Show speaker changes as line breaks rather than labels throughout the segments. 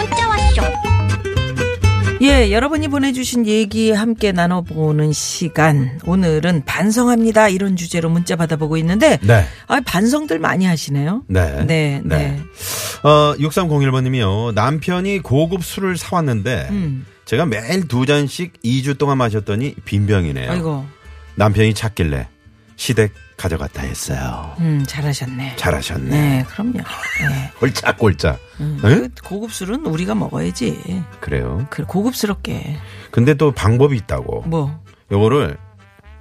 문자 왔쇼
예, 여러분이 보내주신 얘기 함께 나눠보는 시간. 오늘은 반성합니다. 이런 주제로 문자 받아보고 있는데.
네.
아, 반성들 많이 하시네요.
네.
네, 네.
네. 어, 6301번님이요. 남편이 고급 술을 사왔는데
음.
제가 매일 두 잔씩 2주 동안 마셨더니 빈병이네요.
아이고,
남편이 찾길래 시댁 가져갔다 했어요.
음, 잘하셨네.
잘하셨네. 네?
네, 그럼요. 네.
홀짝홀짝.
그
응?
고급술은 우리가 먹어야지.
그래요.
그 고급스럽게.
근데 또 방법이 있다고.
뭐, 음.
요거를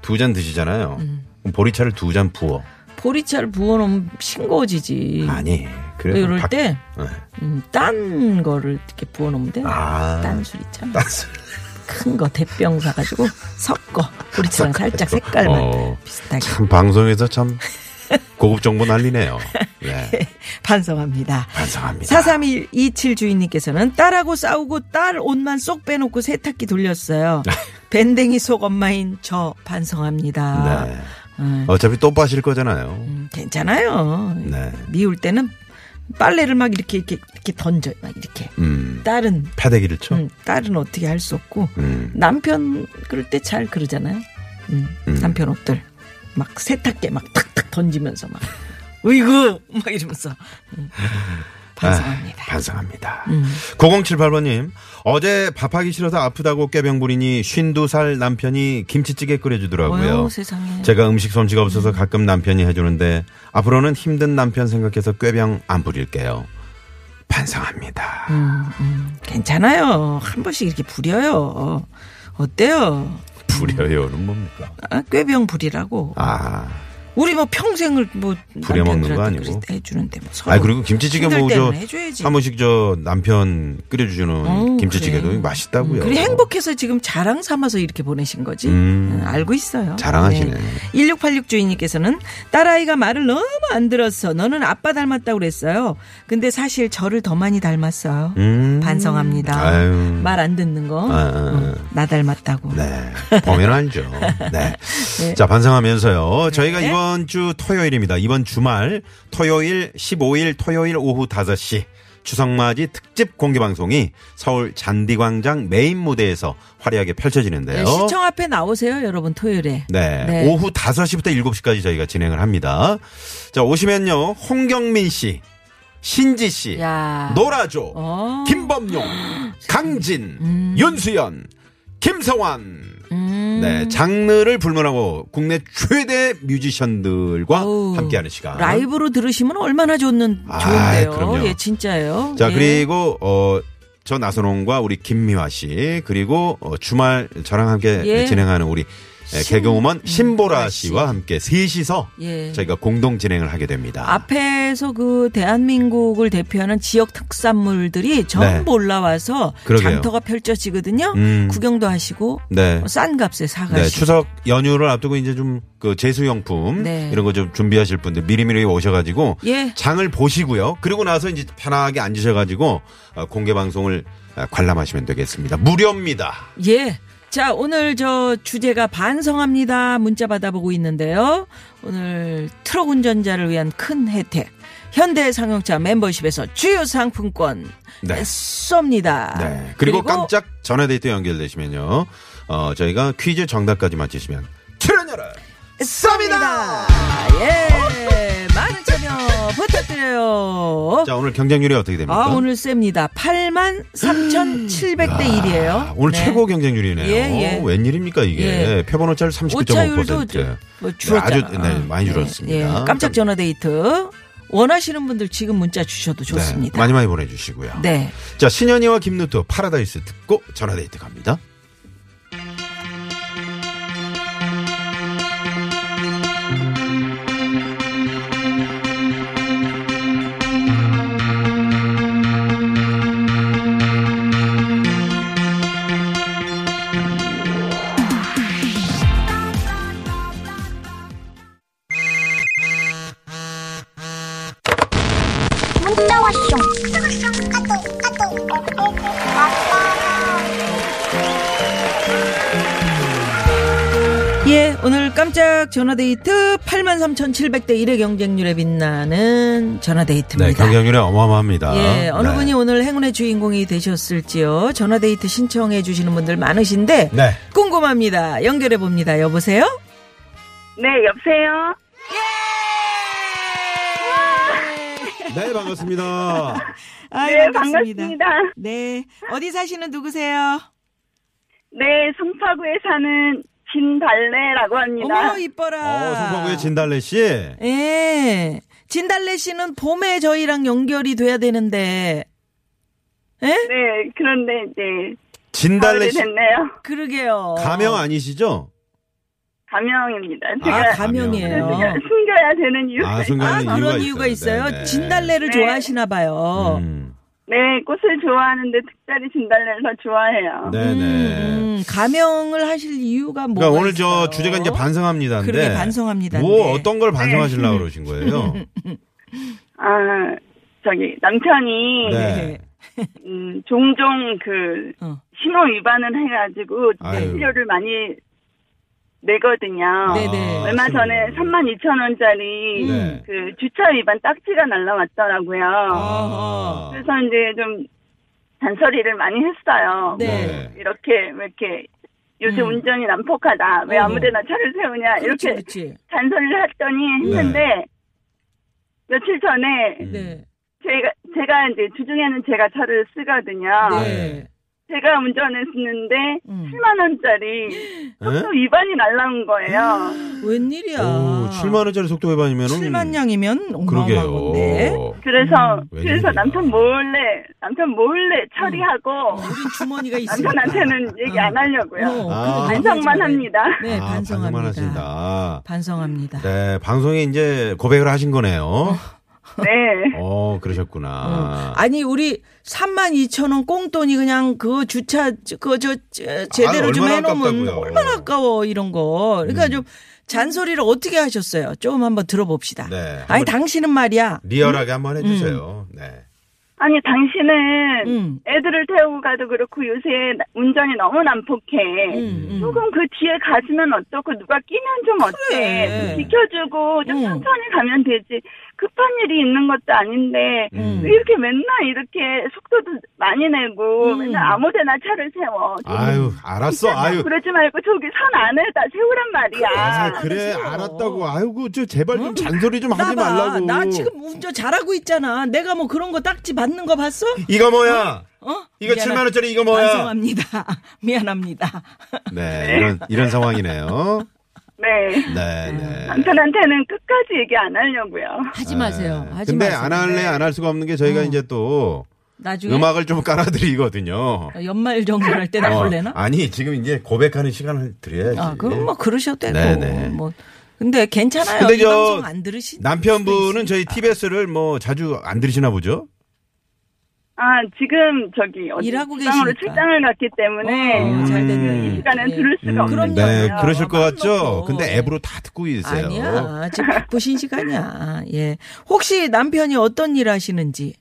두 잔 드시잖아요. 그럼 보리차를 두 잔 부어.
보리차를 부어놓으면 싱거워지지.
아니. 네. 그래서
이럴
밖-
때,
네.
음, 딴 거를 이렇게 부어놓으면 돼.
아.
딴 술 있잖아.
딴 술.
큰 거 대병 사가지고 섞어. 보리차랑 살짝 색깔만
어.
비슷하게.
참 방송에서 참 고급 정보 날리네요. 네.
반성합니다.
반성합니다.
43127 주인님께서는 딸하고 싸우고 딸 옷만 쏙 빼놓고 세탁기 돌렸어요.
네.
밴댕이 속 엄마인 저 반성합니다.
네.
음,
어차피 또 빠실 거잖아요.
음, 괜찮아요.
네.
미울 때는 빨래를 막 이렇게 이렇게, 이렇게 던져 막 이렇게
음.
딸은
패대기를 쳐.
음, 딸은 어떻게 할 수 없고
음.
남편 그럴 때 잘 그러잖아요. 음,
음.
남편 옷들 막 세탁기에 막 탁탁 던지면서 막 으이구 막 이러면서 음, 반성합니다. 음.
아, 반성합니다. 9078번님, 어제 밥하기 싫어서 아프다고 깨병 부리니 52살 남편이 김치찌개 끓여주더라고요.
어휴, 세상에.
제가 음식 솜씨가 없어서 가끔 남편이 해주는데 앞으로는 힘든 남편 생각해서 꾀병 안 부릴게요. 반성합니다.
음. 괜찮아요. 한 번씩 이렇게 부려요. 어때요?
부려요는 뭡니까?
아, 꾀병 부리라고.
아,
우리 뭐 평생을 뭐
부려먹는 거
남편들한테
아니고?
그래- 해주는데 뭐 서로.
아 그리고 김치찌개
힘들
뭐저
때는 해줘야지.
한 번씩 저 남편 끓여주는
어우,
김치찌개도
그래.
맛있다고요.
그리 행복해서 지금 자랑 삼아서 이렇게 보내신 거지.
음.
응, 알고 있어요.
자랑하시네.
1686 주인님께서는 딸아이가 말을 너무 안 들었어. 너는 아빠 닮았다고 그랬어요. 근데 사실 저를 더 많이 닮았어요.
음.
반성합니다.
아유.
말 안 듣는 거.
아, 아,
응, 나 닮았다고.
네. 보면 알죠. 네. 자, 반성하면서요. 저희가
네.
이번 주 토요일입니다. 이번 주말 토요일 15일 토요일 오후 5시 추석맞이 특집 공개 방송이 서울 잔디광장 메인 무대에서 화려하게 펼쳐지는데요.
네, 시청 앞에 나오세요, 여러분 토요일에.
네. 오후 5시부터 7시까지 저희가 진행을 합니다. 자, 오시면요. 홍경민 씨, 신지 씨,
야.
노라조,
어. 음.
김범용, 강진, 윤수연, 김성환. 네. 장르를 불문하고 국내 최대 뮤지션들과
어우,
함께하는 시간.
라이브로 들으시면 얼마나 좋는
아,
좋은데요.
그럼요.
예, 진짜예요.
자,
예.
그리고, 어, 저 나선홍과 우리 김미화 씨, 그리고 어, 주말 저랑 함께
예. 음,
진행하는 우리 에, 개그우먼
신보라
신보라
씨.
씨와 함께 셋이서
예.
저희가 공동 진행을 하게 됩니다.
앞에서 그 대한민국을 대표하는 지역 특산물들이 전부 올라와서
네. 그러게요.
장터가 펼쳐지거든요.
음.
구경도 하시고
네.
어, 싼 값에 사가시고.
네, 추석 연휴를 앞두고 이제 좀 그 제수용품
네.
이런 거 좀 준비하실 분들 미리미리 오셔가지고
예.
장을 보시고요. 그리고 나서 이제 편하게 앉으셔가지고 어, 공개 방송을 어, 관람하시면 되겠습니다. 무료입니다.
예. 자, 오늘 저 주제가 반성합니다. 문자 받아보고 있는데요. 오늘 트럭 운전자를 위한 큰 혜택. 현대 상용차 멤버십에서 주요 상품권
네.
쏩니다.
네. 그리고, 깜짝 전화데이트 연결되시면요. 어, 저희가 퀴즈 정답까지 맞히시면 출연료를
쏩니다. 예. 많은 참여 부탁드려요.
자 오늘 경쟁률이 어떻게 됩니까?
아, 오늘 셉니다. 8만 3,700대 1이에요.
아, 오늘 최고 경쟁률이네요.
예, 예.
웬일입니까 이게?
예.
표본오차율
오차율도
39.5%.
뭐 줄었잖아.
아주 네, 많이 줄었습니다.
예, 예. 깜짝 전화 데이트 원하시는 분들 지금 문자 주셔도 좋습니다.
네, 많이 많이 보내주시고요.
네.
자 신현이와 김누토 파라다이스 듣고 전화데이트 갑니다.
문자 왔쇼
예, 오늘 깜짝 전화데이트 83,700대 1의 경쟁률에 빛나는
네,
전화데이트입니다.
경쟁률이 어마어마합니다.
예, 어느
네.
분이 오늘 행운의 주인공이 되셨을지요. 전화데이트 신청해 주시는 분들 많으신데
네.
궁금합니다. 연결해 봅니다. 여보세요?
네, 여보세요?
네, 반갑습니다. 어,
아이, 예,
네, 반갑습니다.
네, 어디 사시는 누구세요?
네, 송파구에 사는 진달래라고 합니다.
어머 이뻐라.
어, 송파구의 진달래 씨.
예. 진달래 씨는 봄에 저희랑 연결이 돼야 되는데. 예?
네, 그런데 이제 가을이
진달래 씨
아,
됐네요.
그러게요.
가명 아니시죠?
가명입니다.
아,
제가
가명이에요.
네.
가명.
숨겨야 되는 이유.
아, 순간
아, 그런 이유가 있어요. 진달래를
네.
좋아하시나 봐요.
음,
네, 꽃을 좋아하는데 특별히 진달래를 더 좋아해요.
네네.
음, 가명을 하실 이유가 뭐가
그러니까 오늘 저
있어요?
주제가 이제 반성합니다인데.
그러게 네. 반성합니다.
뭐
네.
어떤 걸 반성하시려고 그러신 거예요?
아, 저기 남편이
네.
음, 종종 그
어.
신호 위반을 해가지고
아유.
치료를 많이 내거든요.
네, 네. 음.
아,
어, 얼마 전에
신호.
3만 2천 원짜리
네.
그 주차 위반 딱지가 날라왔더라고요.
아.
그래서 이제 좀 잔소리를 많이 했어요.
네.
이렇게 왜 이렇게 요새
음.
운전이 난폭하다. 왜
어. 그렇죠,
아무데나 차를 세우냐
그렇지,
이렇게
그렇지.
잔소리를 했더니 했는데 며칠 전에
음.
네.
제가 제가 이제 주중에는 제가 차를 쓰거든요.
네.
제가 운전했는데
음.
7만
네?
원짜리
네.
속도 위반이 날라온 거예요.
웬일이야.
오, 7만 원짜리 속도 위반이면은
7만 양이면 어마어마한 건데.
그러게요.
그래서
음.
웬일이야.
그래서 남편 몰래 남편 몰래 처리하고
우린 주머니가 있으니까.
남편한테는 얘기 안 하려고요.
어,
아.
그래,
반성만
그래.
합니다.
네,
아,
반성합니다.
반성만 하신다.
반성합니다.
네, 방송에 이제 고백을 하신 거네요.
네.
어,
어.
그러셨구나.
아니 우리 32,000원 꽁돈이 그냥 그 주차 그거 저 제- 제대로
아,
좀
얼마나
해놓으면
아깝다고요.
얼마나 아까워 이런 거. 그러니까
음.
좀 잔소리를 어떻게 하셨어요? 좀 한번 들어봅시다.
네,
아니
한번-
당신은 말이야.
리얼하게 한번 해주세요. 네.
아니 당신은
음.
애들을 태우고 가도 그렇고 요새 나- 운전이 너무 난폭해.
음, 음.
조금 그 뒤에 가주면 어떻고 누가 끼면 좀 어때?
그래.
좀 비켜주고 좀
음.
천천히 가면 되지. 급한 일이 있는 것도 아닌데
음.
왜 이렇게 맨날 이렇게 속도도 많이 내고
음.
맨날 아무데나 차를 세워. 좀
아유, 알았어.
있잖아.
아유.
그러지 말고 저기 산 안에다 세우란 말이야.
아, 그래.
알았어. 어?
알았다고. 아이고, 저 제발 좀 잔소리 좀
나
하지
봐.
말라고.
나 지금 운전 잘하고 있잖아. 내가 뭐 그런 거 딱지 받는 거 봤어?
이거 뭐야?
어?
이거
미안하-
7만 원짜리 이거 뭐야?
반성합니다. 미안합니다.
네, 이런 이런 상황이네요.
네.
아,
네, 네.
남편한테는 끝까지 얘기 안 하려고요.
하지 마세요.
네.
하지
근데
마세요.
안 할래 안 할 수가 없는 게 저희가
어.
이제 또
나중에
음악을 좀 깔아드리거든요.
연말 정산할 때 나올래나?
어, 아니 지금 이제 고백하는 시간을 드려야지.
네. 아, 그럼 뭐 그러셔도 되고.
예. 네네.
뭐 근데 괜찮아요.
근데
이
저
방송 안 들으시?
남편분은 저희 TBS를 뭐 자주 안 들으시나 보죠?
아, 지금 저기 어디
일하고
지방으로
계시니까.
출장을 갔기 때문에 음,
어, 잘 됐네.
이 시간에
네.
들을 수가
음,
없어요.
그럼요.
네,
그럼요.
그러실 것
마음
같죠.
놓고.
근데 앱으로 다 듣고 계세요.
아니야. 지금 바쁘신 시간이야. 예. 혹시 남편이 어떤 일 하시는지?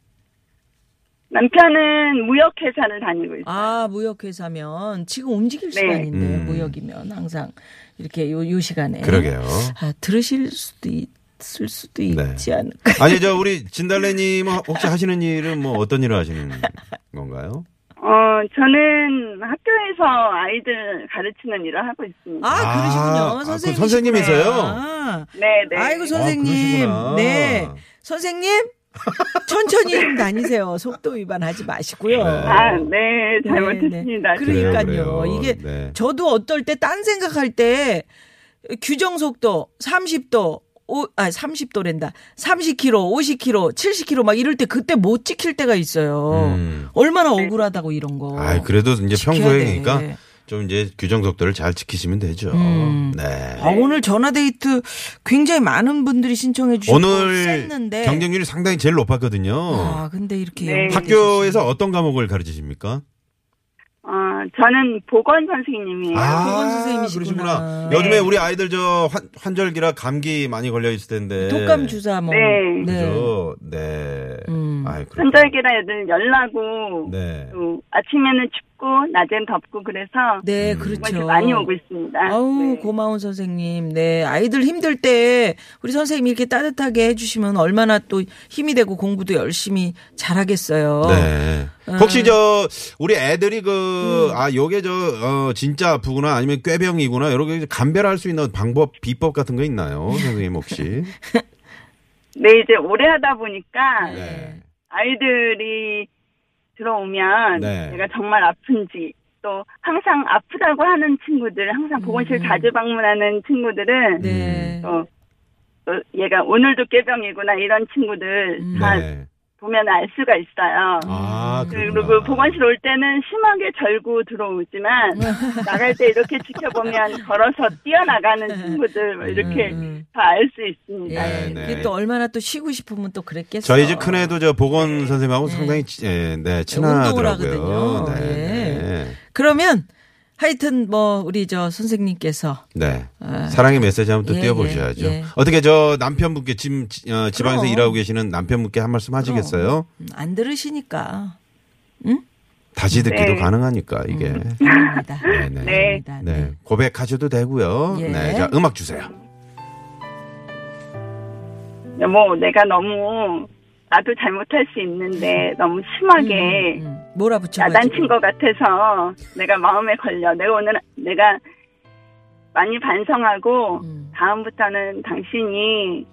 남편은 무역회사를 다니고 있어요.
아, 무역회사면 지금 움직일
네.
시간인데
음.
무역이면 항상 이렇게 요, 요 시간에
그러게요.
아, 들으실 수도 있을 수도
네.
있지 않을까.
아니 저 우리 진달래님은 혹시 하시는 일은 뭐 어떤 일을 하시는 건가요?
어, 저는 학교에서 아이들 가르치는 일을 하고 있습니다.
아,
아,
아,
그러시군요.
그럼
선생님.
선생님이세요?
네, 네.
아이고 선생님,
그러시구나.
네 선생님 천천히 좀 다니세요. 속도 위반하지 마시고요.
네.
아, 네,
네,
잘못했습니다.
네. 그러니까요.
그래요, 그래요.
이게
네.
저도 어떨 때 딴 생각할 때 규정 속도 30도 오, 아, 30도랜다. 30km, 50km, 70km 막 이럴 때 그때 못 지킬 때가 있어요.
음.
얼마나 억울하다고 이런 거.
아, 그래도 이제
지켜야 돼.
평소에니까 그러니까 좀 이제 규정 속도를 잘 지키시면 되죠.
음.
네.
아, 오늘 전화 데이트 굉장히 많은 분들이 신청해 주셨고
오늘
쎘는데.
경쟁률이 상당히 제일 높았거든요.
아, 근데 이렇게
네.
연결이
학교에서 어떤 과목을 가르치십니까?
아, 저는 보건 선생님이에요.
아,
보건 아, 선생님이시구나.
그러시구나. 요즘에 우리 아이들 저 환, 환절기라 감기 많이 걸려 있을 텐데.
독감 주사 뭐.
네.
그죠? 네.
음.
아이, 그렇구나.
환절기라 애들 열나고
네.
또 아침에는 춥고 낮엔 덥고 그래서
네,
음.
정말
그렇죠.
많이 오고 있습니다.
아우
네.
고마운 선생님. 네 아이들 힘들 때 우리 선생님이 이렇게 따뜻하게 해주시면 얼마나 또 힘이 되고 공부도 열심히 잘하겠어요. 아.
네. 혹시 저 우리 애들이 그
음.
아 요게 저 어 진짜 아프구나 아니면 꾀병이구나 이렇게 감별할 수 있는 방법 비법 같은 거 있나요 선생님 혹시?
네, 이제 오래 하다 보니까
네.
아이들이 들어오면
네.
내가 정말 아픈지 또 항상 아프다고 하는 친구들 항상 보건실 자주 방문하는 친구들은
음. 네.
음.
어, 또 얘가 오늘도 깨병이구나 이런 친구들
음.
다
네.
보면 알 수가 있어요.
아
네, 그리고
그렇구나.
보건실 올 때는 심하게 절고 들어오지만 나갈 때 이렇게 지켜보면 걸어서 뛰어나가는 친구들 뭐 이렇게
음.
다 알 수 있습니다.
예,
네, 네.
그게 또 얼마나 또 쉬고 싶으면 또 그랬겠어.
저희 집 큰애도 저 보건
네.
선생님하고 상당히 치- 예, 네,
운동을
친하더라고요.
하거든요. 예.
네, 네.
그러면 하여튼 뭐 우리 저 선생님께서
네.
아.
사랑의 메시지 한번 또
예,
띄워보셔야죠.
예, 예.
어떻게 저 남편분께 지금 지- 어, 지방에서
그럼.
일하고 계시는 남편분께 한 말씀 하시겠어요?
음, 안 들으시니까
다시 듣기도
네.
가능하니까 이게.
음. 합니다.
네, 네.
네.
합니다.
네. 고백하셔도 되고요.
예.
네. 자, 음악 주세요.
뭐 내가 너무 나도 잘못할 수 있는데 너무 심하게
음, 뭐라 붙여가지고.
네. 아, 야단친 것 같아서 내가 마음에 걸려. 내가 오늘 내가 많이 반성하고
음.
다음부터는 당신이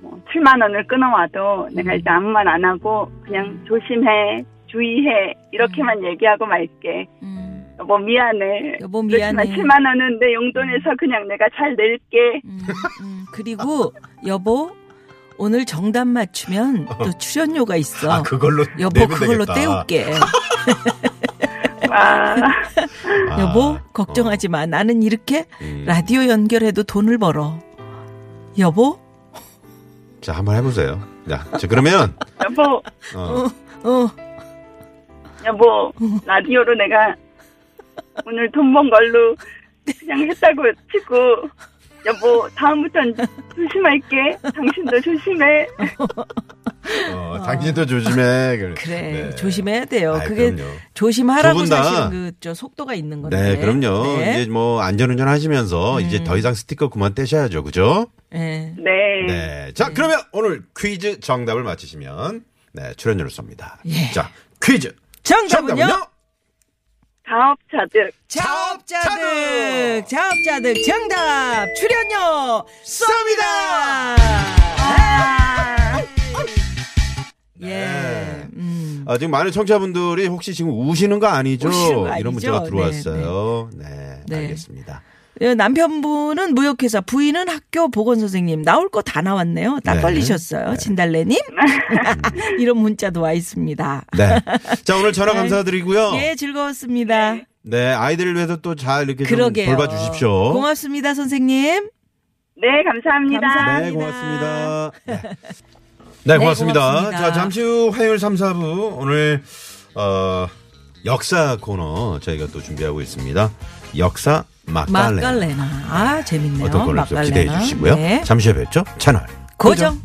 뭐 7만 원을 끊어와도
음.
내가 이제 아무 말 안 하고 그냥 조심해, 주의해 이렇게만 얘기하고 말게.
음,
여보 미안해.
여보 미안해.
그렇지만 7만 원은 내 용돈에서 그냥 내가 잘 낼게.
음, 음. 그리고 여보 오늘 정답 맞추면 또 출연료가 있어.
아, 그걸로.
여보 그걸로 떼울게.
와.
아.
여보 걱정하지 마. 나는 이렇게
음.
라디오 연결해도 돈을 벌어. 여보,
자, 한번 해보세요. 자, 자, 그러면.
여보,
어,
어,
여보 라디오로 내가 오늘 돈 번 걸로 그냥 했다고 치고 여보 다음부터는 조심할게. 당신도 조심해.
어, 당신도 조심해. 그래.
그래
네.
조심해야 돼요.
아이,
그게
그럼요.
조심하라고
두분 다-
사실은 그저 속도가 있는 건데.
네, 그럼요.
네. 음.
이제 뭐 안전운전 하시면서 이제 더 이상 스티커 그만 떼셔야죠. 그죠?
네.
네.
네. 자, 그러면 오늘 퀴즈 정답을 맞히시면 네, 출연료를 쏩니다.
예.
자, 퀴즈.
정답은요?
가업자득.
자업자득, 자업자득 정답 출연료 쏩니다. 아.
네.
예, 음.
아, 지금 많은 청취자분들이 혹시 지금 우시는 거 아니죠?
우시는 거 아니죠?
이런 문자가
네,
들어왔어요. 네,
네.
알겠습니다.
예, 남편분은 무역회사, 부인은 학교 보건 선생님 나올 거 다 나왔네요. 다
네.
떨리셨어요, 진달래님. 이런 문자도 와 있습니다.
네. 자, 오늘 전화 감사드리고요.
예, 즐거웠습니다.
네, 아이들을 위해서 또 잘 이렇게
그러게요.
좀 돌봐주십시오.
고맙습니다, 선생님.
네, 감사합니다.
감사합니다.
네, 고맙습니다. 네, 네, 고맙습니다.
고맙습니다.
자, 잠시 후 화요일 3, 4부 오늘 어, 역사 코너 저희가 또 준비하고 있습니다. 역사 막갈레.
막갈레나. 아, 재밌네요.
어떤 코너일지 기대해 주시고요.
네.
잠시 후에 뵙죠. 채널.
고정.